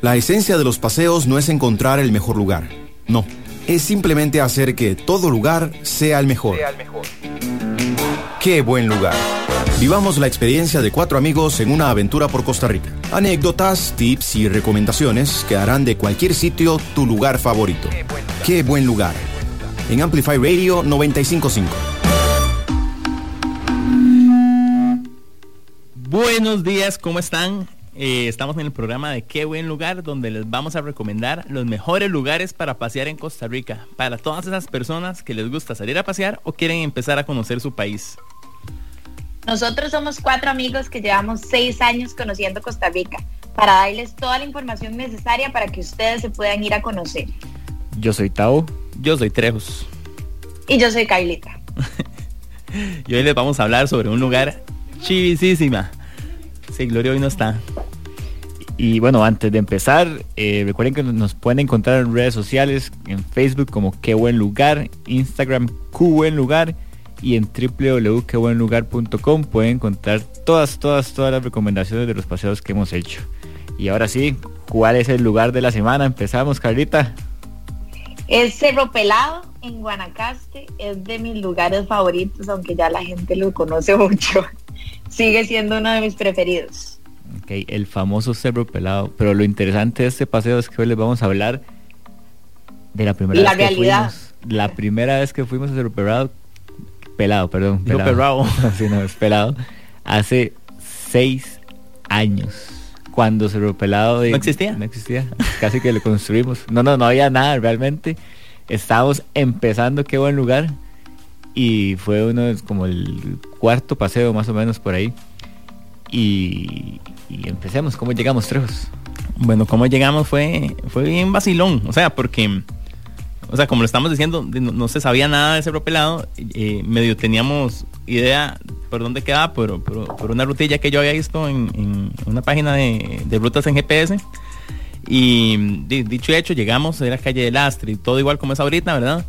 La esencia de los paseos no es encontrar el mejor lugar, no, es simplemente hacer que todo lugar sea el mejor. Sea el mejor. ¡Qué buen lugar! Vivamos la experiencia de cuatro amigos en una aventura por Costa Rica. Anécdotas, tips y recomendaciones que harán de cualquier sitio tu lugar favorito. Qué buen lugar. ¡Qué buen lugar! En Amplify Radio 955. Buenos días, ¿cómo están? Eh, estamos en el programa de Qué Buen Lugar, donde les vamos a recomendar los mejores lugares para pasear en Costa Rica, para todas esas personas que les gusta salir a pasear o quieren empezar a conocer su país. Nosotros somos cuatro amigos que llevamos seis años conociendo Costa Rica para darles toda la información necesaria para que ustedes se puedan ir a conocer. Yo soy Tao. Yo soy Trejos Y yo soy Kailita. y hoy les vamos a hablar sobre un lugar chivisísima. Sí, Gloria hoy no está. Y bueno, antes de empezar, eh, recuerden que nos pueden encontrar en redes sociales, en Facebook como Qué Buen Lugar, Instagram Q Buen Lugar y en www.quebuenlugar.com pueden encontrar todas, todas, todas las recomendaciones de los paseos que hemos hecho. Y ahora sí, ¿cuál es el lugar de la semana? Empezamos, Carlita. Es Cerro Pelado en Guanacaste, es de mis lugares favoritos, aunque ya la gente lo conoce mucho. Sigue siendo uno de mis preferidos. Ok, el famoso cerro pelado. Pero lo interesante de este paseo es que hoy les vamos a hablar de la primera La vez que realidad. fuimos. La primera vez que fuimos a cerro pelado. Pelado, perdón. Dijo Pelado. Sí, no, es pelado. Hace seis años. Cuando cerro pelado... de- ¿No existía? No existía. Casi que lo construimos. No, no, no había nada realmente. Estábamos empezando, qué buen lugar. Y fue uno, de- como el cuarto paseo más o menos por ahí. Y, y empecemos. ¿Cómo llegamos, Trejos? Bueno, cómo llegamos fue, fue bien vacilón. O sea, porque, o sea, como lo estamos diciendo, de- no, no se sabía nada de ese propelado. eh, medio teníamos idea por dónde quedaba, por, por- por una rutilla que yo había visto en, en una página de, de rutas en GPS. Y di- dicho y hecho, llegamos a la calle del Astre, y todo igual como es ahorita, ¿verdad?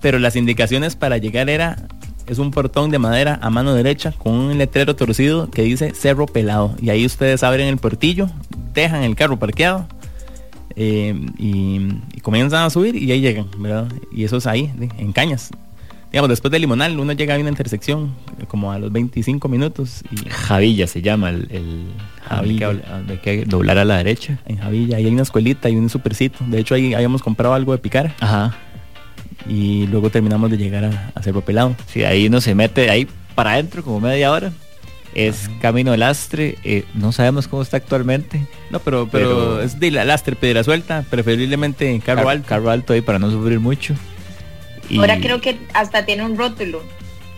Pero las indicaciones para llegar era, es un portón de madera a mano derecha con un letrero torcido que dice Cerro Pelado. Y ahí ustedes abren el portillo, dejan el carro parqueado eh, y, y comienzan a subir y ahí llegan, ¿verdad? Y eso es ahí, de- en Cañas. Digamos, después de Limonal, uno llega a una intersección eh, como a los 25 minutos y Javilla se llama el... el Javilla. donde hay que- donde hay que doblar a la derecha. en Javilla, ahí hay una escuelita y un supercito. De hecho, ahí habíamos comprado algo de picar Ajá. y luego terminamos de llegar a, a Cerro Pelado. Sí, ahí no se mete, de ahí para adentro como media hora. Es Camino Lastre. eh, no sabemos cómo está actualmente. No, pero, pero, Pero- es de la lastre, piedra suelta, preferiblemente en carro Car- alto. Carro alto ahí para no sufrir mucho. Y- Ahora creo que hasta tiene un rótulo.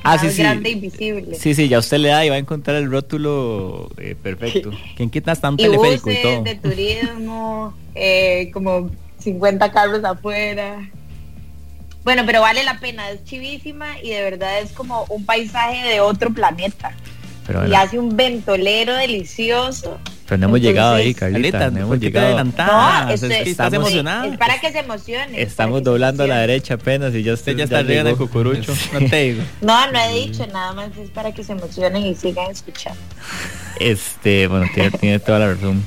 Ah, más sí, sí. grande e y visible. Sí, sí, ya usted le da y va a encontrar el rótulo eh, perfecto. ¿Quién quita hasta un y teleférico y todo? buses de turismo, eh, como 50 carros afuera. Bueno, pero vale la pena, es chivísima y de verdad es como un paisaje de otro planeta. Pero Y bueno, hace un ventolero delicioso. pero no hemos llegado ahí, entonces- Carlita. Caleta, no ¿por hemos qué te llegado. adelantabas? No, Es este- que estás estamos- emocionada. Es para que se emocionen. Estamos para que se doblando a la emocionen. derecha apenas y ya, usted Usted ya está arriba de llegó. cucurucho. Sí. No te digo. No, no Mm. he dicho, nada más es para que se emocionen y sigan escuchando. Este, bueno, tiene, tiene toda la razón.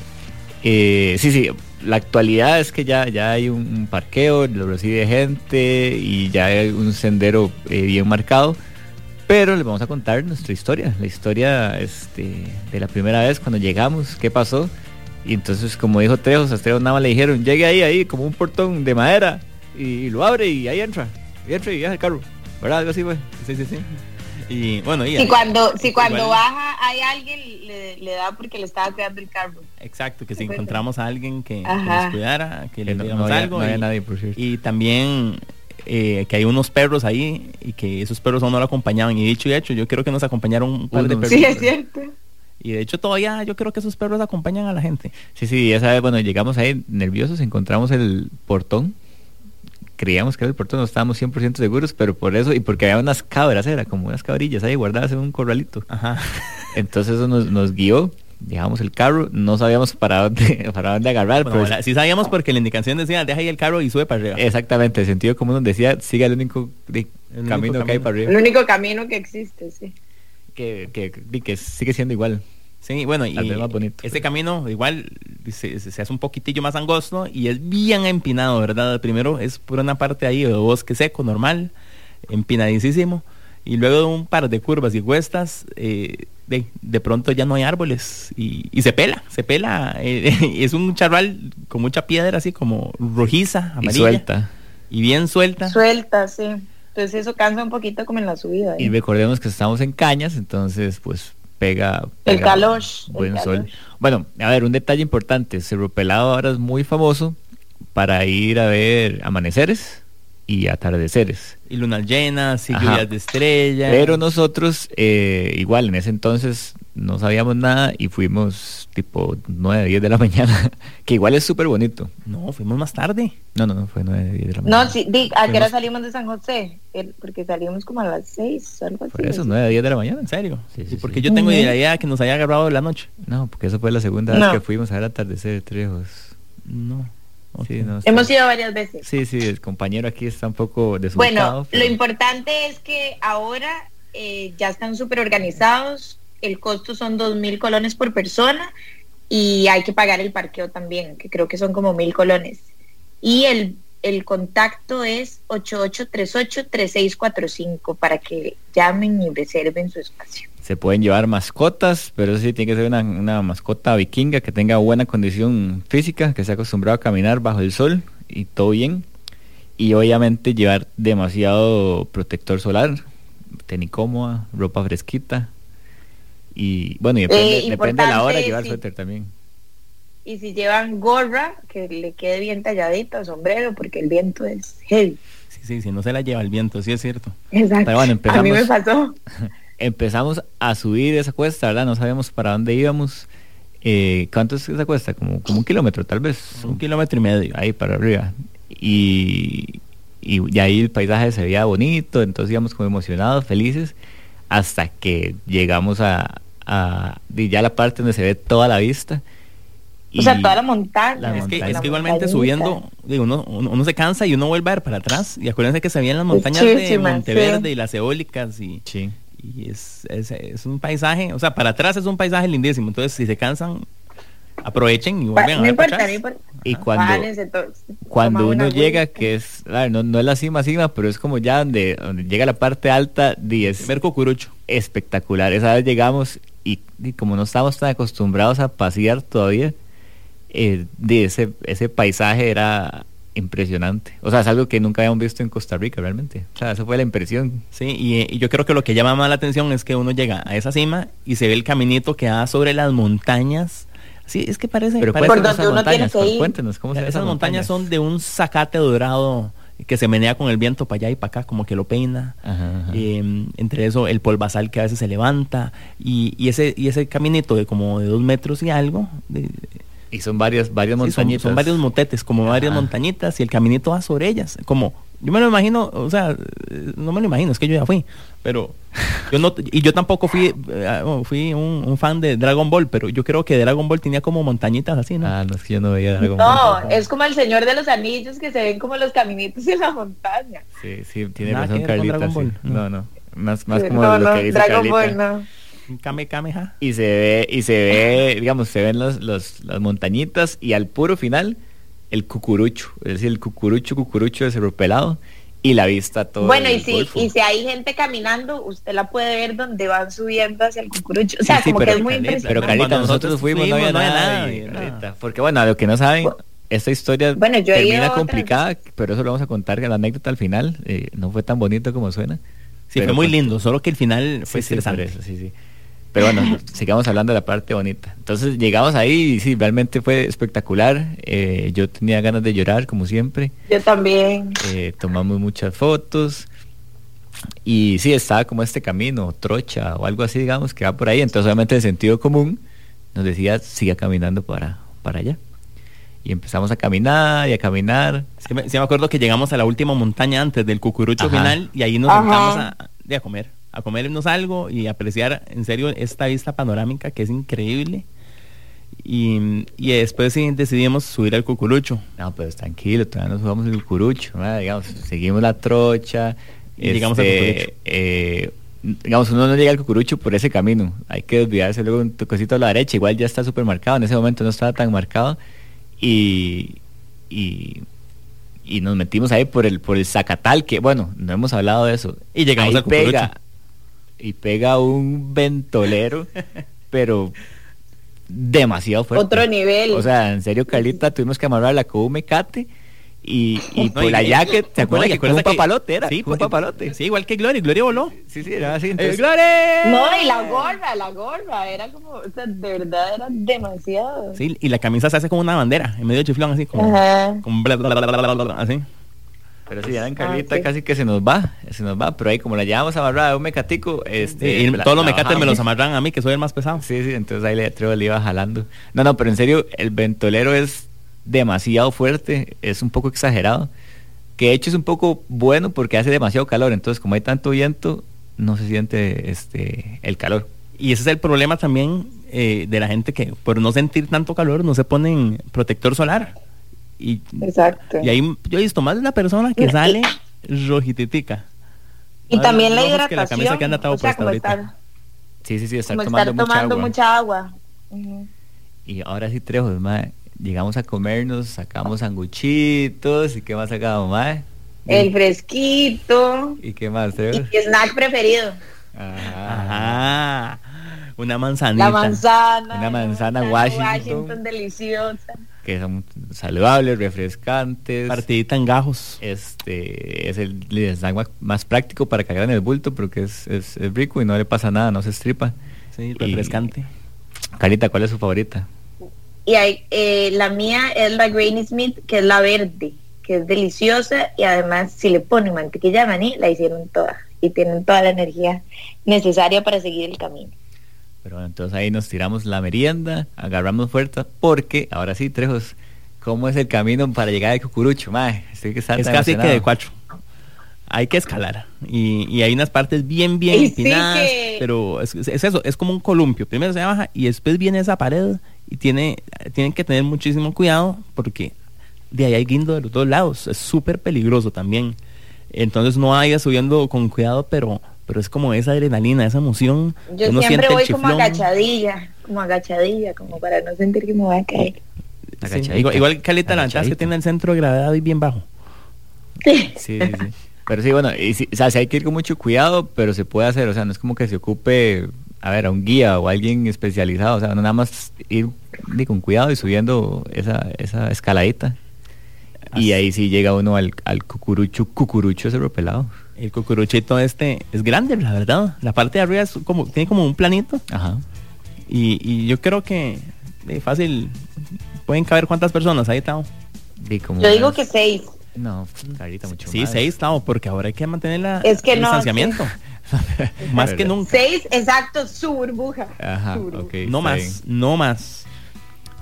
Eh, sí, sí, la actualidad es que ya, ya hay un, un parqueo, lo recibe gente y ya hay un sendero eh, bien marcado. Pero les vamos a contar nuestra historia, la historia este, de la primera vez cuando llegamos, qué pasó. Y entonces, como dijo Trejos, a Trejos nada más le dijeron, llegue ahí, ahí, como un portón de madera, y, lo abre y ahí entra, y entra y deja el carro, ¿verdad? Algo así fue. Sí, sí, sí. Y bueno, y Si cuando, si cuando Igual. baja hay alguien, le, le da porque le estaba cuidando el carro. Exacto, que si encontramos a alguien que, que Ajá. nos cuidara, que Que le no, diéramos no había, algo. no había y, nadie, por cierto. y también eh, que hay unos perros ahí y que esos perros aún no lo acompañaban. Y dicho y hecho, yo creo que nos acompañaron un par de Unos. perros. Sí, es cierto. Y de hecho todavía yo creo que esos perros acompañan a la gente. Sí, sí, ya sabes, bueno, llegamos ahí nerviosos, encontramos el portón. Creíamos que era el portón, no estábamos 100% seguros, pero por eso, y porque había unas cabras, era como unas cabrillas ahí guardadas en un corralito. Ajá. Entonces eso nos, nos guió, dejamos el carro, no sabíamos para dónde, para dónde agarrar, Bueno, pero la- sí ah. sabíamos porque la indicación decía, deja ahí el carro y sube para arriba. exactamente, el sentido común nos decía, siga el único, de- único camino que hay camino. para El arriba, único camino que existe, sí. que, que, que sigue siendo igual. Sí, bueno, y Tal vez más bonito. este camino igual se, se- se hace un poquitillo más angosto y es bien empinado, ¿verdad? Primero es por una parte ahí de bosque seco, normal, empinadísimo. Y luego de un par de curvas y cuestas, eh, de, de pronto ya no hay árboles y, y se pela, se pela. eh, es un charral con mucha piedra así como rojiza, Y amarilla. suelta. Y bien suelta. Suelta, sí. Entonces eso cansa un poquito como en la subida. ¿eh? Y recordemos que estamos en cañas, entonces pues pega, El pega calor, Buen el sol. calor. Bueno, a ver, un detalle importante. Cerro Pelado ahora es muy famoso para ir a ver amaneceres y atardeceres. Y lunas llenas, y Ajá. lluvias de estrellas. Pero nosotros, eh, igual, en ese entonces no sabíamos nada y fuimos tipo 9, 10 de la mañana, que igual es súper bonito. No, fuimos más tarde. No, no, no, fue 9, 10 de la mañana. No, sí, di, ¿a qué hora Fuimos- salimos de San José? El- porque salimos como a las seis, algo así. Por eso, 9, 10 de la mañana. ¿En serio? Sí, sí, Y porque sí. yo tengo Ujú. idea que nos haya agarrado de la noche. No, porque esa fue la segunda No. vez que fuimos a ver atardecer, Trejos. No. Ok. Sí, no, está- Hemos ido varias veces. Sí, sí, el compañero aquí está un poco desubicado. Bueno, pero- lo importante es que ahora eh, ya están súper organizados, el costo son dos mil colones por persona y hay que pagar el parqueo también, que creo que son como mil colones. Y el, el contacto es 8838-3645 para que llamen y reserven su espacio. Se pueden llevar mascotas, pero eso sí tiene que ser una, una mascota vikinga que tenga buena condición física, que se ha acostumbrado a caminar bajo el sol y todo bien. Y obviamente llevar demasiado protector solar, tenicómoda, ropa fresquita. Y bueno, y depende, Eh, depende de la hora importante, llevar sí. suéter también. Y si llevan gorra, que le quede bien talladita, sombrero, porque el viento es heavy. Sí, sí, sí, no se la lleva el viento, sí es cierto. Exacto. Pero bueno, A mí me empezamos. pasó. Empezamos a subir esa cuesta, ¿verdad? No sabíamos para dónde íbamos. Eh, ¿Cuánto es esa cuesta? Como, como un kilómetro tal vez. Un kilómetro y medio. ahí para arriba. Y, y, y ahí el paisaje se veía bonito, entonces íbamos como emocionados, felices, hasta que llegamos a, a- y ya la parte donde se ve toda la vista. O sea, toda la montaña. la Es que, montaña. es que La igualmente montañita. subiendo, digo, uno, uno- uno se cansa y uno vuelve a ver para atrás. Y acuérdense que se veían las montañas de Muchísimas, Monteverde sí. y las eólicas y, Sí. y es, es- es un paisaje, o sea, para atrás es un paisaje lindísimo. Entonces, si se cansan, aprovechen y Pa- vuelven a no ver para importa, no atrás. importa. Y cuando, Párense to- cuando toman uno una llega, agüita. que es, a ver, no, no es la cima, cima, pero es como ya donde, donde llega la parte alta, di, es Ver cucurucho. espectacular. Esa vez llegamos y, y como no estábamos tan acostumbrados a pasear todavía, eh, de ese, ese paisaje era impresionante. O sea, es algo que nunca habíamos visto en Costa Rica realmente. O sea, esa fue la impresión. Sí, y, eh, y yo creo que lo que llama más la atención es que uno llega a esa cima y se ve el caminito que da sobre las montañas. Sí, es que parece... Pero parece- Por cuéntanos donde esas uno montañas, tiene que cu- ir. cuéntanos cómo se Esas, ven montañas son de un zacate dorado que se menea con el viento para allá y para acá, como que lo peina. Ajá, ajá. Eh, entre eso, el polvazal que a veces se levanta y, y ese, y ese caminito de como de dos metros y algo. de- y son varias, varias sí, son, montañitas. son varios motetes, como varias Ajá. montañitas y el caminito va sobre ellas. Como, yo me lo imagino, o sea, eh, no me lo imagino, es que yo ya fui, pero yo no, y yo tampoco fui, eh, oh, fui un, un fan de Dragon Ball, pero yo creo que Dragon Ball tenía como montañitas así, ¿no? Ah, no, es que yo no veía algo No, es como el Señor de los Anillos que se ven como los caminitos en la montaña. Sí, sí, tiene Nada razón que ver con Carlita. Dragon sí. Ball, No, no. no. Más, más como no, lo no, que dice Dragon Carlita. Ball, no. Un Kame Kameha. y se ve y se ve digamos se ven los, los- las montañitas y al puro final el cucurucho es decir el cucurucho cucurucho de cerro pelado y la vista todo Bueno, y el si, golfo. y si hay gente caminando, usted la puede ver donde van subiendo hacia el cucurucho. O sea, Sí, sí, como que pero, es muy Carlita, impresionante. pero Carlita Cuando nosotros, nosotros fuimos, no había fuimos, no había nada, nada, y, nada. Carlita, porque bueno a lo que no saben esta historia Bueno, yo he ido a termina otras. complicada pero eso lo vamos a contar que la anécdota al final eh, no fue tan bonito como suena Sí, Pero pues, fue muy con- lindo, solo que el final fue sí, sí, por estresante. eso, sí, sí. Pero bueno, sigamos hablando de la parte bonita. Entonces llegamos ahí y sí, realmente fue espectacular. Eh, yo tenía ganas de llorar, como siempre. Yo también. Eh, tomamos muchas fotos. Y sí, estaba como este camino, trocha o algo así, digamos, que va por ahí. Entonces, obviamente, el sentido común nos decía, siga caminando para, para allá. Y empezamos a caminar y a caminar. Sí me, sí me acuerdo que llegamos a la última montaña antes del cucurucho Ajá. final y ahí nos Ajá. sentamos a, de a comer, a comernos algo y apreciar en serio esta vista panorámica que es increíble. Y, y después sí decidimos subir al cucurucho. No, pues tranquilo, todavía nos jugamos el curucho, ¿verdad? digamos, seguimos la trocha, Y llegamos al este, cucurucho. eh, digamos, uno no llega al cucurucho por ese camino. Hay que desviarse luego un toquecito a la derecha. Igual ya está súper marcado. En ese momento no estaba tan marcado. Y, y, y nos metimos ahí por el, por el Zacatal, que bueno, no hemos hablado de eso. Y llegamos Ahí al cucurucho. pega, Y pega un ventolero, pero demasiado fuerte. Otro nivel. O sea, en serio, Carlita, tuvimos que amarrarla con un mecate. Y, y No, por y- la y- jacket, ¿te no, acuerdas y que con un acuérdate que- papalote era? Sí, con un pues, papalote. Sí, igual Eh, que Gloria. Gloria voló. Sí, sí, era así. entonces- No, y la gorra, la gorra, era como, o sea, de verdad era demasiado. Sí, y la camisa se hace como una bandera, en medio de chiflón, así como... Ajá. como bla, bla, bla, bla, bla, bla, bla, así. Pero sí, ya en Ah, Carlita sí. casi que se nos va, se nos va. Pero ahí como la llevamos amarrada de un mecatico, Sí, este. y la- todos los la mecates me los bajamos. amarran a mí, que soy el más pesado. Sí, sí, entonces ahí le Treo le iba jalando. No, no, pero en serio, el ventolero es demasiado fuerte, es un poco exagerado. Que de hecho es un poco bueno porque hace demasiado calor, entonces como hay tanto viento, no se siente este el calor. Y ese es el problema también eh, de la gente que por no sentir tanto calor no se ponen protector solar. Y, Exacto. y ahí yo he visto más de una persona que sale eh, rojititica. Y Más también la rojos que hidratación. la camisa que anda atado o sea, puesta como ahorita. estar, Sí, sí, sí, estar como tomando, estar tomando mucha agua. mucha agua. Ujú. Y ahora sí, Trejos, mae. Llegamos a comernos, sacamos sanguchitos y qué más sacamos, mae. El fresquito. ¿Y qué más, Y Trejos? mi snack preferido. Ajá. Ajá. Ah, Una manzanita. La manzana. Una manzana Washington. deliciosa. Que son saludables, refrescantes. Partidita en gajos. Este es el snack más, más práctico para que en el bulto porque es, es- es rico y no le pasa nada, no se estripa. Sí, refrescante. Carita, ¿cuál es su favorita? Y hay, eh, la mía es la Granny Smith, que es la verde, que es deliciosa y además si le ponen mantequilla de maní, la hicieron toda y tienen toda la energía necesaria para seguir el camino. Pero bueno, entonces ahí nos tiramos la merienda, agarramos fuerza porque ahora sí, Trejos, ¿cómo es el camino para llegar al cucurucho? Mae, estoy que está Es tan casi que de emocionado. cuatro. Hay que escalar. Y, y hay unas partes bien, bien Y sí empinadas. que- Pero es, es- es eso, es como un columpio. Primero se baja y después viene esa pared. Y tiene, tienen que tener muchísimo cuidado porque de ahí hay guindo de los dos lados. Es súper peligroso también. Entonces no vaya subiendo con cuidado, pero, pero es como esa adrenalina, esa emoción. Yo Uno siempre siente el voy como chiflón. agachadilla, como agachadilla, como para no sentir que me voy a caer. Sí, Agachadita. Igual, igual Caleta, la ventaja es que Agachadita. tiene el centro de gravedad y bien bajo. Sí, sí, sí. Pero sí, bueno, y sí, o sea, sí hay que ir con mucho cuidado, pero se puede hacer, o sea, no es como que se ocupe, a ver, a un guía o a alguien especializado, o sea, no nada más ir de con cuidado y subiendo esa, esa escaladita. Así. Y ahí sí llega uno al, al cucurucho, cucurucho ese repelado. El cucuruchito este es grande, la verdad. La parte de arriba es como, tiene como un planito. Ajá. Y, y yo creo que de fácil pueden caber cuántas personas ahí, Tao. Y como Yo digo unas- que seis. No, pues, carita mucho Sí, más. seis, Tao, porque ahora hay que mantener la, Es que el no, distanciamiento. más que Verdad. nunca. Seis, exacto, su burbuja. Ajá, Su burbuja. ok. no está más, bien. no más.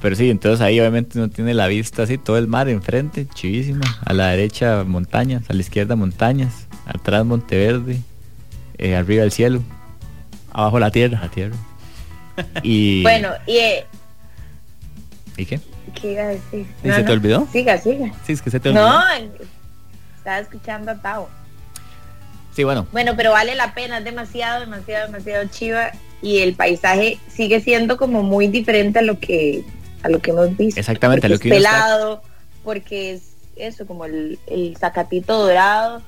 Pero sí, entonces ahí obviamente uno tiene la vista así, todo el mar enfrente, chivísima. A la derecha montañas, a la izquierda montañas, atrás Monteverde, eh, arriba el cielo, Abajo la la tierra. tierra. Y, Bueno, y eh, ¿Y qué? ¿qué iba a decir? ¿Y se te olvidó? Siga, siga. Sí, es que se te olvidó. No, estaba escuchando a Tao. Sí, bueno, Bueno, pero vale la pena, es demasiado, demasiado, demasiado chiva y el paisaje sigue siendo como muy diferente a lo que a lo que hemos visto. Exactamente, a porque lo que es uno está- pelado, porque es eso como el, el zacatito dorado,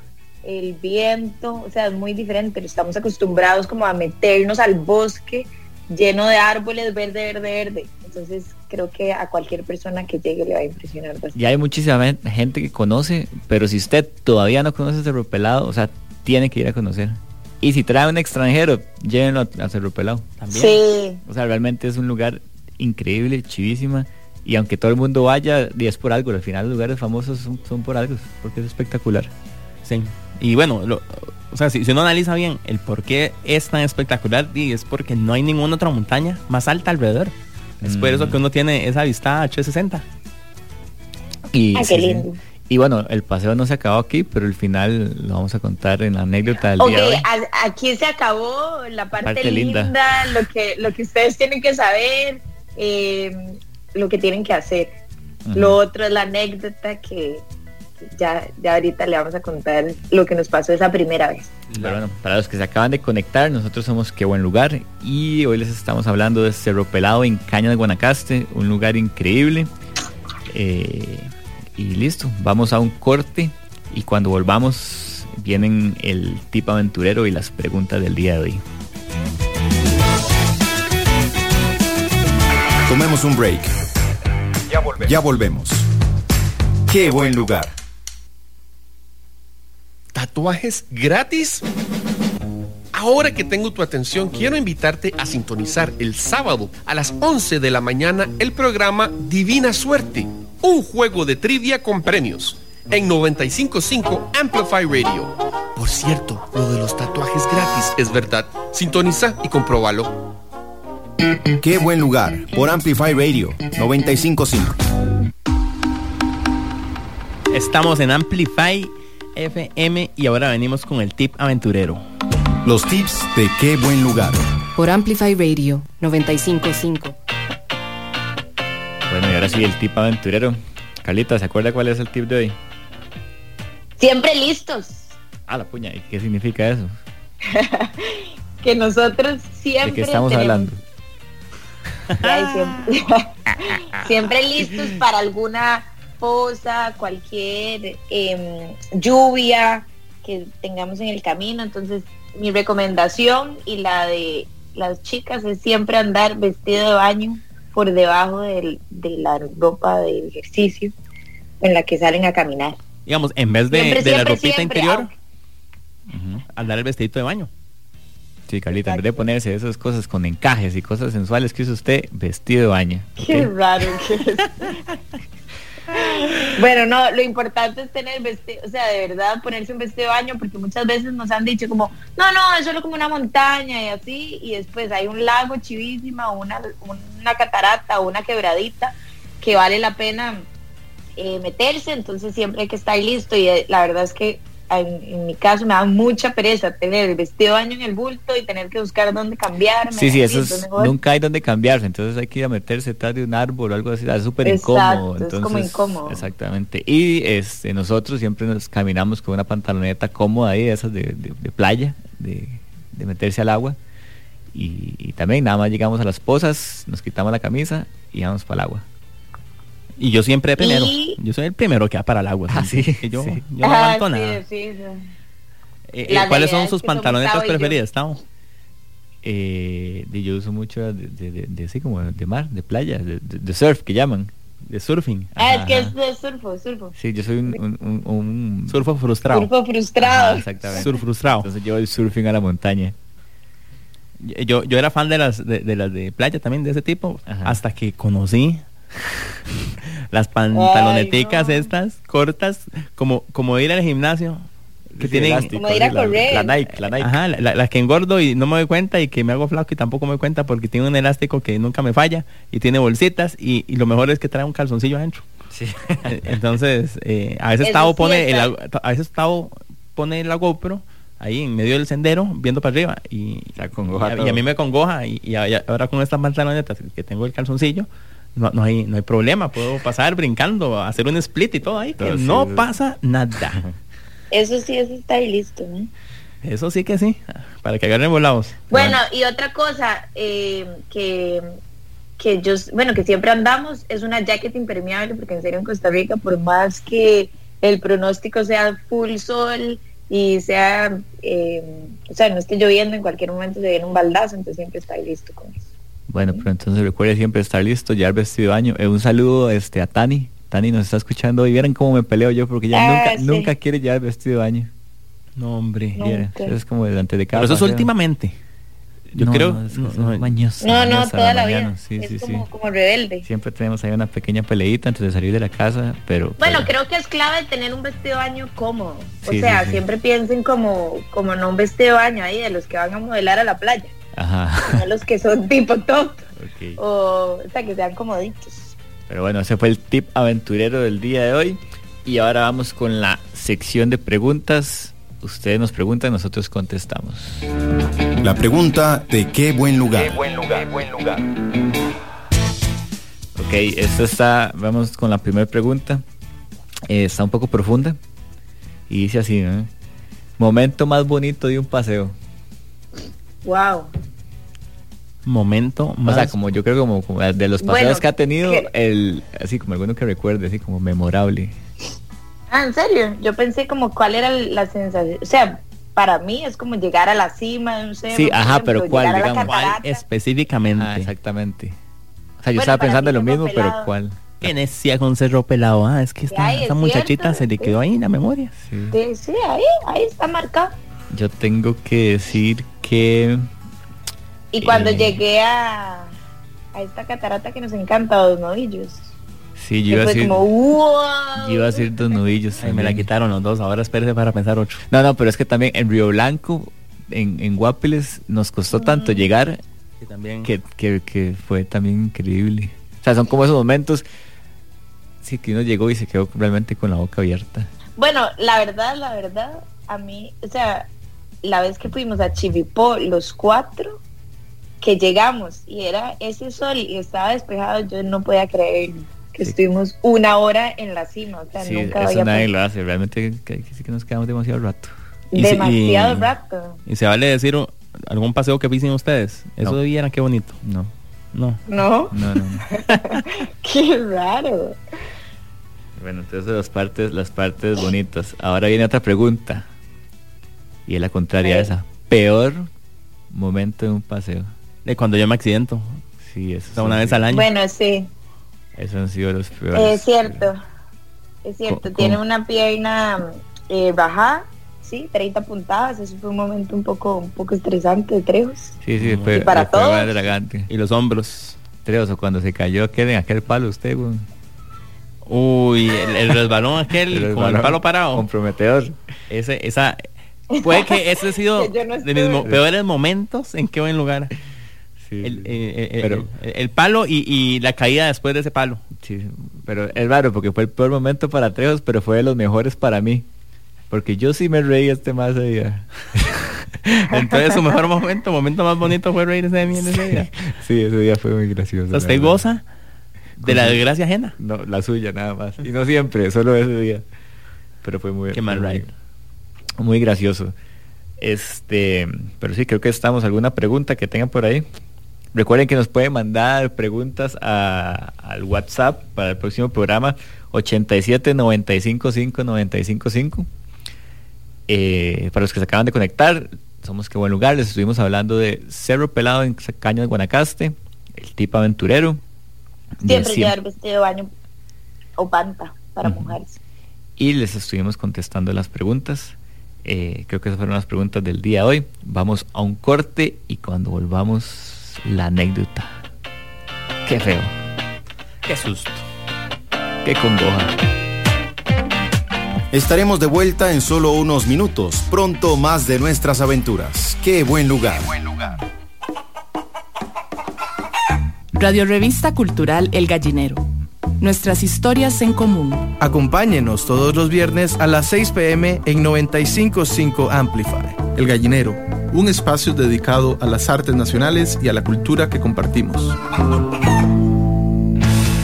el viento, o sea, es muy diferente, pero estamos acostumbrados como a meternos al bosque lleno de árboles verde, verde, verde. Entonces, creo que a cualquier persona que llegue le va a impresionar bastante. ya hay muchísima men- gente que conoce, pero si usted todavía no conoce Cerro Pelado, o sea, tiene que ir a conocer. Y si trae un extranjero, llévenlo a, a Cerro Pelado. También. Sí, O sea, realmente es un lugar increíble, chivísima. Y aunque todo el mundo vaya, y es por algo. Al final los lugares famosos son, son por algo, porque es espectacular. Sí. Y bueno, lo- o sea, si, si uno analiza bien el por qué es tan espectacular, y es porque no hay ninguna otra montaña más alta alrededor. Es por Mm. eso que uno tiene esa vista H60. Y, Ah, qué lindo. y bueno, el paseo no se acabó aquí, pero el final lo vamos a contar en la anécdota del Ok, ah, día de hoy. a- aquí se acabó la parte, Parte linda. linda, Lo, que, lo que ustedes tienen que saber, eh, lo que tienen que hacer. Ujú. Lo otro es la anécdota que, ya, ya ahorita le vamos a contar lo que nos pasó esa primera vez. Pero bueno, para los que se acaban de conectar, nosotros somos Qué Buen Lugar y hoy les estamos hablando de Cerro Pelado en Caña de Guanacaste, un lugar increíble. Eh, y listo, vamos a un corte y cuando volvamos vienen el tip aventurero y las preguntas del día de hoy. Tomemos un break. Ya volvemos. Ya volvemos. Qué buen lugar. ¿Tatuajes gratis? Ahora que tengo tu atención, quiero invitarte a sintonizar el sábado a las 11 de la mañana el programa Divina Suerte, un juego de trivia con premios, en 955 Amplify Radio. Por cierto, lo de los tatuajes gratis es verdad. Sintoniza y comprobalo. Qué buen lugar por Amplify Radio 955. Estamos en Amplify FM y ahora venimos con el tip aventurero. Los tips de qué buen lugar. Por Amplify Radio 955. Bueno, y ahora sí el tip aventurero. Carlita, ¿se acuerda cuál es el tip de hoy? Siempre listos. Ah, la puña, ¿y qué significa eso? que nosotros siempre... ¿De qué estamos tenemos- hablando? Ay, siempre, siempre listos para alguna posa, cualquier em, lluvia que tengamos en el camino. Entonces, mi recomendación y la de las chicas es siempre andar vestido de baño por debajo del- de la ropa de ejercicio en la que salen a caminar. Digamos, en vez de, Siempre, de la siempre, ropita siempre, interior, aunque- andar el vestidito de baño. Sí, Carlita, en vez de ponerse esas cosas con encajes y cosas sensuales que usa usted, vestido de baño. ¿ok? Qué raro que es. Bueno, no, lo importante es tener vestido, o sea, de verdad ponerse un vestido de baño, porque muchas veces nos han dicho como, no, no, es solo como una montaña y así, y después hay un lago chivísima, o una, una catarata, o una quebradita, que vale la pena eh, meterse, entonces siempre hay que estar listo, y eh, la verdad es que en, en mi caso me da mucha pereza tener el vestido de baño en el bulto y tener que buscar dónde cambiarme. Sí, sí, así, eso es, entonces mejor- nunca hay donde cambiarse, entonces hay que ir a meterse detrás de un árbol o algo así, ah, es súper Exacto, incómodo. es Entonces, como incómodo. Exactamente. Y este, nosotros siempre nos caminamos con una pantaloneta cómoda ahí, de esas de, de- de playa, de, de meterse al agua. Y, y también nada más llegamos a las pozas, nos quitamos la camisa y vamos para el agua. Y yo siempre primero. Y- Yo soy el primero que va para el agua. Ah, siempre. sí, Que Yo, sí. yo no Ah, aguanto sí, nada. Eh, sí, sí. eh, La ¿Cuáles son realidad es sus que somos pantalonetas Tao y yo. preferidas, Tao? Eh, y yo uso mucho de, de- de- de así como de mar, de playa, de, de- de surf que llaman. De surfing. Ah, es Ajá, que ajá. es de surfo, surfo. Sí, yo soy un... un- un- un- Surfo frustrado. Surfo Ajá, frustrado. exactamente. Surf frustrado. Entonces yo el surfing a la montaña. Yo, yo era fan de las de, de las de playa también, de ese tipo, Ajá. hasta que conocí las pantaloneticas Ay, no. estas cortas, como, como ir al gimnasio, que Sí, tienen... elástico, Como ir a sí, la- correr. La, Nike, la Nike. Ajá, la, la- la que engordo y no me doy cuenta y que me hago flaco y tampoco me doy cuenta porque tiene un elástico que nunca me falla y tiene bolsitas y, y lo mejor es que trae un calzoncillo adentro. Sí. Eh, Entonces, eh, a veces Eso Tavo sí pone el, está. ag- a veces Tavo pone la GoPro ahí en medio del sendero viendo para arriba y, Se acongoja y a- y, a todo. mí me congoja y, y a- y ahora con estas pantalonetas que tengo el calzoncillo no, no hay no hay problema, puedo pasar brincando, hacer un split y todo ahí, que Todo, sí, no sí. pasa nada. Eso sí, eso está ahí listo. ¿eh? ¿no? Eso sí que sí, para que agarren volados. Bueno, y otra cosa eh, que, que yo, bueno, que siempre andamos es una jacket impermeable, porque en serio en Costa Rica, por más que el pronóstico sea full sol y sea, eh, o sea, no esté lloviendo, en cualquier momento se viene un baldazo, entonces siempre está ahí listo con eso. Bueno, pero entonces recuerde siempre estar listo, llevar vestido de baño. Eh, un saludo este, a Tani. Tani nos está escuchando y vieran cómo me peleo yo porque ya Ah, nunca, sí. nunca quiere llevar vestido de baño. no hombre. No. Viera, Nunca. Es como delante de cada Pero eso es paseo. últimamente. Yo No, creo no, es, no, es no, mañosa, No, no, mañosa toda la mañana. vida. Sí, es sí, sí. como, como rebelde. Siempre tenemos ahí una pequeña peleita antes de salir de la casa, pero... pues, Bueno, pero- creo que es clave tener un vestido de baño cómodo. O Sí, sea, sí, sí. siempre piensen como, como no un vestido de baño ahí de los que van a modelar a la playa, Ajá. no los que son tipo top, ok. o, o sea, que sean comoditos. Pero bueno, ese fue el tip aventurero del día de hoy. Y ahora vamos con la sección de preguntas. Ustedes nos preguntan, nosotros contestamos. La pregunta de qué buen lugar. Ok, esto está, vamos con la primera pregunta. Eh, está un poco profunda. Y dice así, ¿eh? Momento más bonito de un paseo. Wow. Momento O más. sea, como yo creo como, como de los Bueno, paseos que ha tenido, que- el así como alguno que recuerde, así como memorable. Ah, en serio, yo pensé como cuál era la sensación, o sea, para mí es como llegar a la cima de un cerro. Sí, por ajá, pero ejemplo, ¿cuál, llegar a la digamos? ¿Cuál catarata. específicamente? Ah, exactamente. O sea, yo Bueno, estaba para pensando mí lo Cerro mismo, pero Pelado. ¿cuál? Que necia con cerro pelado. Ah, es que esta, Ay, es esta muchachita cierto. se le quedó ahí en la memoria. Sí. Sí, sí, ahí, ahí está marcado. Yo tengo que decir que Y cuando Eh. llegué a, a esta catarata que nos encanta, a Dos Novillos, sí, que yo iba a fue decir, como, yo wow. iba a decir dos nudillos. Ay, me la también. quitaron los dos. Ahora espérese para pensar otro. No, no, pero es que también en Río Blanco, en, en Guapiles, nos costó tanto llegar Que también. que, que- que fue también increíble. O sea, son como esos momentos sí, que uno llegó y se quedó realmente con la boca abierta. Bueno, la verdad, la verdad, a mí, o sea, la vez que fuimos a Chivipó, los cuatro, que llegamos y era ese sol y estaba despejado, yo no podía creer que Sí. estuvimos una hora en la cima, o sea, sí, nunca eso había nadie pasado. lo hace. Realmente que, que sí que nos quedamos demasiado rato. Y si- y- demasiado rato. Y se vale decir o- algún paseo que hicieron ustedes. Eso No. vieran qué bonito. No, No. ¿No? no, no. no. Qué raro. Bueno, entonces las partes, las partes bonitas. Ahora viene otra pregunta. Y es la contraria a esa. Peor momento de un paseo. De cuando yo me accidento. Sí, eso. O sea, una vez al año. Bueno, sí, Esos han sido los peores. es cierto. Es cierto, Con- tiene con- una pierna eh, bajada, sí, 30 puntadas, eso fue un momento un poco, un poco estresante de Trejos. Sí, sí, Y fue, para fue más todos. dragante. Y los hombros. Tres, o cuando se cayó aquel en aquel palo usted, güey. Uy, el, el resbalón aquel Pero con el varón palo parado. Comprometedor. Ese, esa. Puede que ese ha sido Que yo no de mis mo- estuve. peores momentos en qué buen lugar. Sí, El, sí. eh, eh, Pero- el- el palo y, y la caída después de ese palo. Sí, pero es raro porque fue el peor momento para Trejos, pero fue de los mejores para mí. Porque yo sí me reí este más de día. Entonces su mejor momento, momento más bonito fue reírse de mí en ese día. Sí, ese día fue muy gracioso. O sea, la usted verdad. goza de la desgracia ajena. No, la suya nada más. Y no siempre, solo ese día. Pero fue muy, Qué mal fue muy- ride. muy gracioso. Este, pero sí, creo que estamos. ¿Alguna pregunta que tengan por ahí? Recuerden que nos pueden mandar preguntas a- al WhatsApp para el próximo programa 87 95 5 95 5. Eh, para los que se acaban de conectar, somos Qué Buen Lugar. Les estuvimos hablando de Cerro Pelado en Caño de Guanacaste, el tipo aventurero. del Siempre siempre- llevar vestido de baño o panta para Ujú. mujeres. y les estuvimos contestando las preguntas. Eh, creo que esas fueron las preguntas del día de hoy. Vamos a un corte y cuando volvamos, la anécdota. Qué feo, Qué susto. qué congoja. Estaremos de vuelta en solo unos minutos. Pronto más de nuestras aventuras. ¡Qué buen lugar! Radio Revista Cultural El Gallinero. Nuestras historias en común. Acompáñenos todos los viernes a las 6 pm en 955 Amplify. El Gallinero, un espacio dedicado a las artes nacionales y a la cultura que compartimos.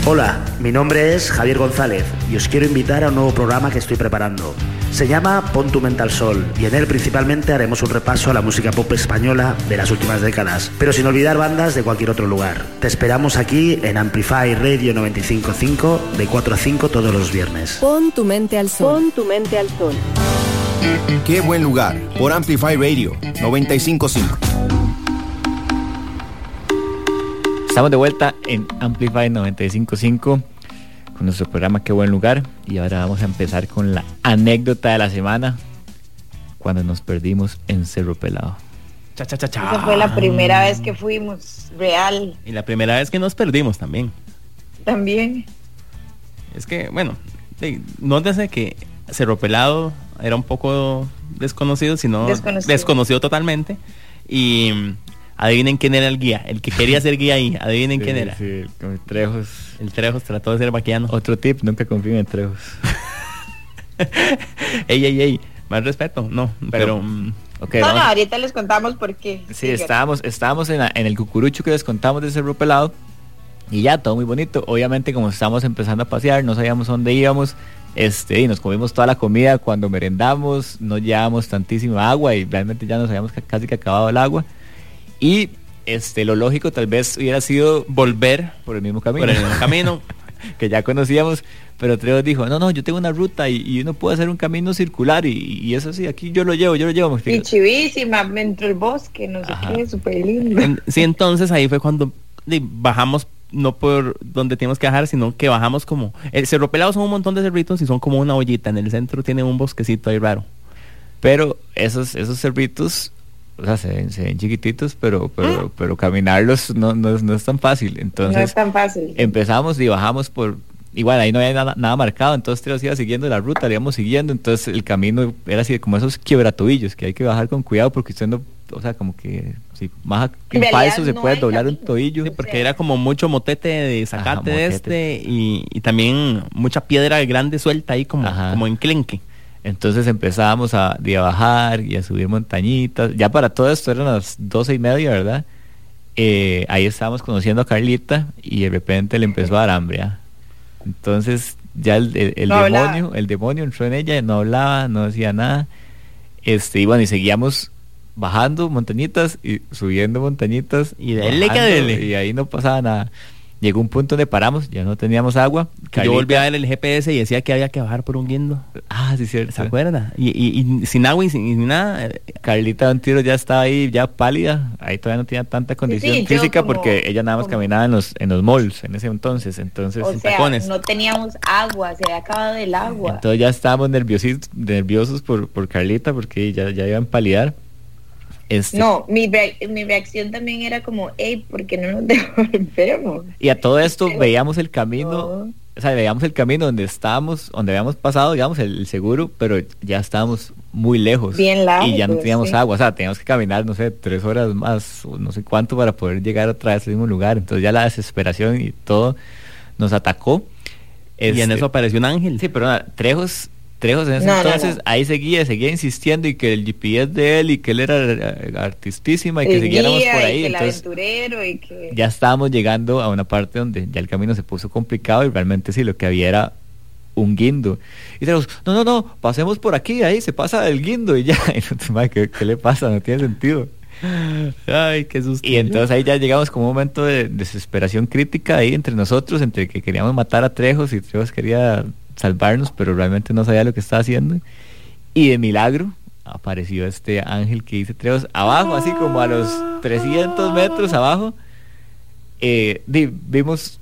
Hola, mi nombre es Javier González y os quiero invitar a un nuevo programa que estoy preparando. Se llama Pon tu mente al sol y en él principalmente haremos un repaso a la música pop española de las últimas décadas, pero sin olvidar bandas de cualquier otro lugar. Te esperamos aquí en Amplify Radio 955 de 4 a 5 todos los viernes. Pon tu mente al sol. Pon tu mente al sol. ¡Qué buen lugar! Por Amplify Radio 955. Estamos de vuelta en Amplify 955 con nuestro programa Qué buen lugar y ahora vamos a empezar con la anécdota de la semana cuando nos perdimos en Cerro Pelado. Cha, cha, cha, cha. Esa fue la primera vez que fuimos, real Y la primera vez que nos perdimos también. también. Es que, bueno, sí, nótese que Cerro Pelado era un poco desconocido, sino desconocido, Desconocido. totalmente. Y mm, adivinen quién era el guía, el que quería ser guía ahí, adivinen quién Sí, era. sí, con Trejos. El Trejos trató de ser vaquiano. Otro tip, nunca confíen en Trejos. ey, ey, ey, más respeto, no, pero, mm, Ok, no, vamos no, a- ahorita les contamos por qué. Sí, estábamos, estábamos en, la- en el cucurucho que les contamos de Cerro Pelado y ya, todo muy bonito. Obviamente como estábamos empezando a pasear, no sabíamos dónde íbamos, Este, y nos comimos toda la comida cuando merendamos, no llevábamos tantísima agua y realmente ya nos habíamos ca- casi que acabado el agua. Y este, lo lógico tal vez hubiera sido Volver por el mismo camino. por el mismo camino. que ya conocíamos, pero Trevor dijo, no, no, yo tengo una ruta y, y uno puede hacer un camino circular y, y eso sí, aquí yo lo llevo, yo lo llevo. me Y explico. chivísima, dentro del bosque, no sé Ajá. qué, súper lindo. En- Sí, entonces ahí fue cuando di, bajamos no por donde tenemos que bajar, sino que bajamos como... El Cerro Pelado son un montón de cerritos y son como una ollita. En el centro tiene un bosquecito ahí raro. Pero esos, esos cerritos, o sea, se ven, se ven chiquititos, pero, pero, pero caminarlos no, no, es- no es tan fácil. Ah. no es Entonces em, tan fácil. empezamos y bajamos por... Igual ahí no había nada, nada marcado, entonces Trevor iba siguiendo la ruta, le íbamos siguiendo, entonces el camino era así como esos quiebratobillos que hay que bajar con cuidado porque usted no, o sea, como que si baja En en realidad falso se no puede hay doblar un camino. tobillo. Sí, porque sea- era como mucho motete de Ajá, zacate de motete. este y, y también mucha piedra grande suelta ahí como, Ajá. como enclenque. Entonces empezábamos a, de a bajar y a subir montañitas. Ya para todo esto eran las doce y media, ¿verdad? Eh, ahí estábamos conociendo a Carlita y de repente le empezó a dar hambre. ¿ah? Entonces ya el, el- el No hablaba. demonio, el demonio entró en ella, no hablaba, no decía nada. Este, y bueno, y seguíamos bajando montañitas y subiendo montañitas Y dele que bajando, dele. y ahí no pasaba nada. Llegó un punto donde paramos, ya no teníamos agua. Que yo Carlita- volví a ver el GPS y decía que había que bajar por un guindo. Ah, sí, cierto. ¿Se acuerda? Y, y- y sin agua y sin, y sin nada. eh, Carlita Ventiro ya estaba ahí, ya pálida. Ahí todavía no tenía tanta condición sí, yo física como- porque ella nada más como- caminaba en los, en los malls en ese entonces. Entonces, o sin sea, tacones. no teníamos agua, se había acabado el agua. Entonces ya estábamos nerviosis- nerviosos por, por Carlita porque ya, ya iban a palidar. Este, no, mi, re- mi reacción también era como, hey, ¿por qué no nos devolvemos? Y a todo esto veíamos el camino, No. o sea, veíamos el camino donde estábamos, donde habíamos pasado, digamos, el, el seguro, pero ya estábamos muy lejos. Bien Y ya no largo, teníamos sí. agua, o sea, teníamos que caminar, no sé, tres horas más, o no sé cuánto, para poder llegar otra vez al mismo lugar. Entonces ya la desesperación y todo nos atacó. Y en Este, eso apareció un ángel. Sí, pero nada, Trejos, Trejos en ese No, no, entonces, no. ahí seguía, seguía insistiendo y que el GPS de él y que él era eh, artistísima y que El siguiéramos guía, por y ahí. que el entonces, aventurero y que... ya estábamos llegando a una parte donde ya el camino se puso complicado y realmente sí, lo que había era un guindo. Y tenemos, no, no, no, pasemos por aquí, ahí se pasa el guindo y ya. Y nosotros, "Mae, ¿qué, qué le pasa? No tiene sentido. Ay, qué susto. Y entonces ahí ya llegamos como un momento de desesperación crítica ahí entre nosotros, entre que queríamos matar a Trejos y Trejos quería salvarnos, pero realmente no sabía lo que estaba haciendo. Y de milagro apareció este ángel que dice Trejos abajo, así como a los 300 metros abajo. Eh, di- vimos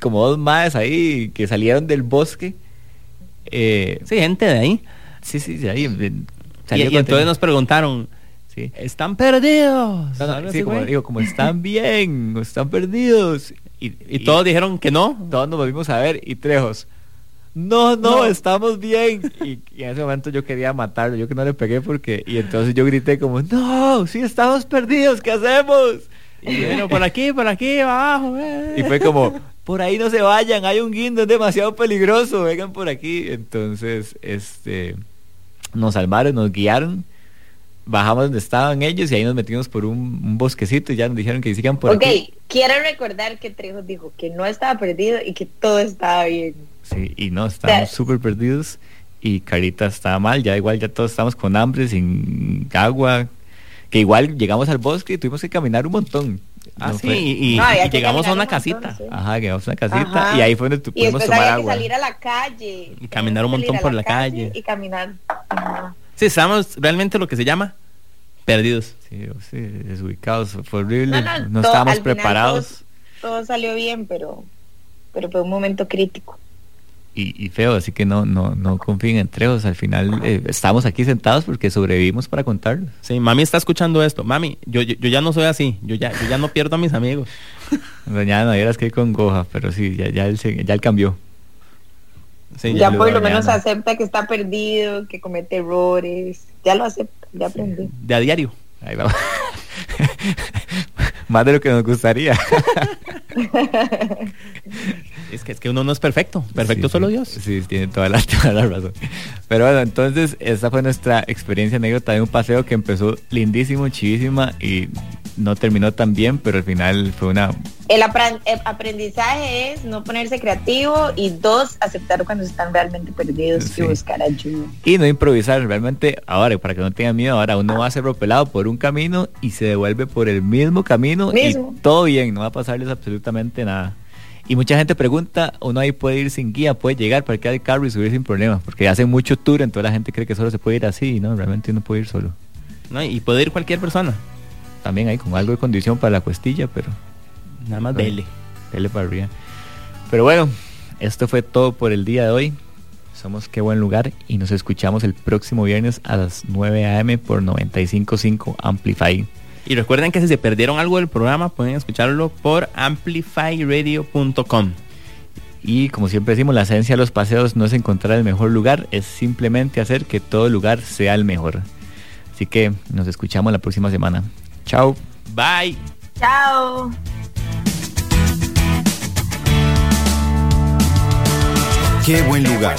como dos maes ahí que salieron del bosque. Eh, Sí, gente de ahí. sí, sí, sí, ahí. eh, Y, salió y entonces contenido. nos preguntaron, Sí. ¿están perdidos? No, no, Algo sí, así, como güey. digo, como están bien, o están perdidos. Y, y todos dijeron que no. todos nos volvimos a ver y Trejos. No, no, No. estamos bien. Y, y en ese momento yo quería matarlo, yo que no le pegué porque... Y entonces yo grité como, no, sí estamos perdidos, ¿qué hacemos? Y bueno, por aquí, por aquí, abajo. eh. Y fue como, por ahí no se vayan, hay un guindo, es demasiado peligroso, vengan por aquí. Entonces, este, nos salvaron, nos guiaron, bajamos donde estaban ellos y ahí nos metimos por un, un bosquecito y ya nos dijeron que sigan por ok, aquí. quiero recordar que Trejos dijo que no estaba perdido y que todo estaba bien. Sí, y no, estábamos Sí. súper perdidos y Carita estaba mal, ya igual ya todos estábamos con hambre, sin agua, que igual llegamos al bosque y tuvimos que caminar un montón. Ah, No sí, fue- y, y- No, había y que llegamos a una caminar un montón, casita. sí. Ajá, llegamos a una casita Ajá. y ahí fue donde tu- Y pudimos después tomar había agua. que salir a la calle. Y caminar un Salir montón a por la calle. Y caminar. Ajá. Sí, estábamos realmente lo que se llama perdidos. Sí, o- sí, desubicados, fue No, horrible, no, no, todo- estábamos al final preparados Todo salió bien, pero, pero fue un momento crítico. y, y feo, así que no, no, no confíen en Trejos, al final eh, estamos aquí sentados porque sobrevivimos para contarlo. Sí, mami está escuchando esto. Mami, yo, yo, yo ya no soy así. Yo ya, yo ya no pierdo a mis amigos. Doña no vieras que congoja, pero sí, ya, ya, él, se- ya él cambió. Sí, ya lo por lo doña menos Ana. acepta que está perdido, que comete errores. Ya lo acepta, ya aprendí. De a diario. Ahí vamos. Más de lo que nos gustaría. Es que, es que uno no es perfecto. Perfecto Sí, solo sí. Dios. Sí, tiene toda la, toda la razón. Pero bueno, entonces esta fue nuestra experiencia anécdota de un paseo que empezó lindísimo, chivísima y no terminó tan bien, pero al final fue una... El, apra- el aprendizaje es no ponerse creativo y dos, aceptar cuando están realmente perdidos Sí. y buscar ayuda. Y no improvisar, realmente, ahora, para que no tengan miedo, ahora uno va a ser propelado por un camino y se devuelve por el mismo camino Mismo. y todo bien, no va a pasarles absolutamente nada. Y mucha gente pregunta, uno ahí puede ir sin guía, puede llegar, parquear el carro y subir sin problemas, porque hacen mucho tour, entonces la gente cree que solo se puede ir así, ¿no? Realmente uno puede ir solo. No, y puede ir cualquier persona. También hay como algo de condición para la cuestilla, pero... Nada más Claro. dele. Dele para arriba. Pero bueno, esto fue todo por el día de hoy. Somos Qué Buen Lugar y nos escuchamos el próximo viernes a las 9 a.m. por 95.5 Amplify. Y recuerden que si se perdieron algo del programa, pueden escucharlo por amplifyradio.com. Y como siempre decimos, la esencia de los paseos no es encontrar el mejor lugar, es simplemente hacer que todo lugar sea el mejor. Así que nos escuchamos la próxima semana. Chao. Bye. Chao. Qué buen lugar.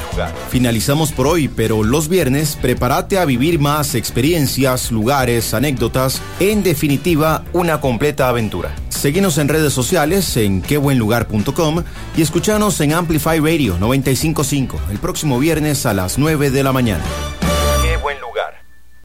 Finalizamos por hoy, pero los viernes prepárate a vivir más experiencias, lugares, anécdotas, en definitiva, una completa aventura. Seguinos en redes sociales en quebuenlugar.com y escuchanos en Amplify Radio 955 el próximo viernes a las 9 de la mañana.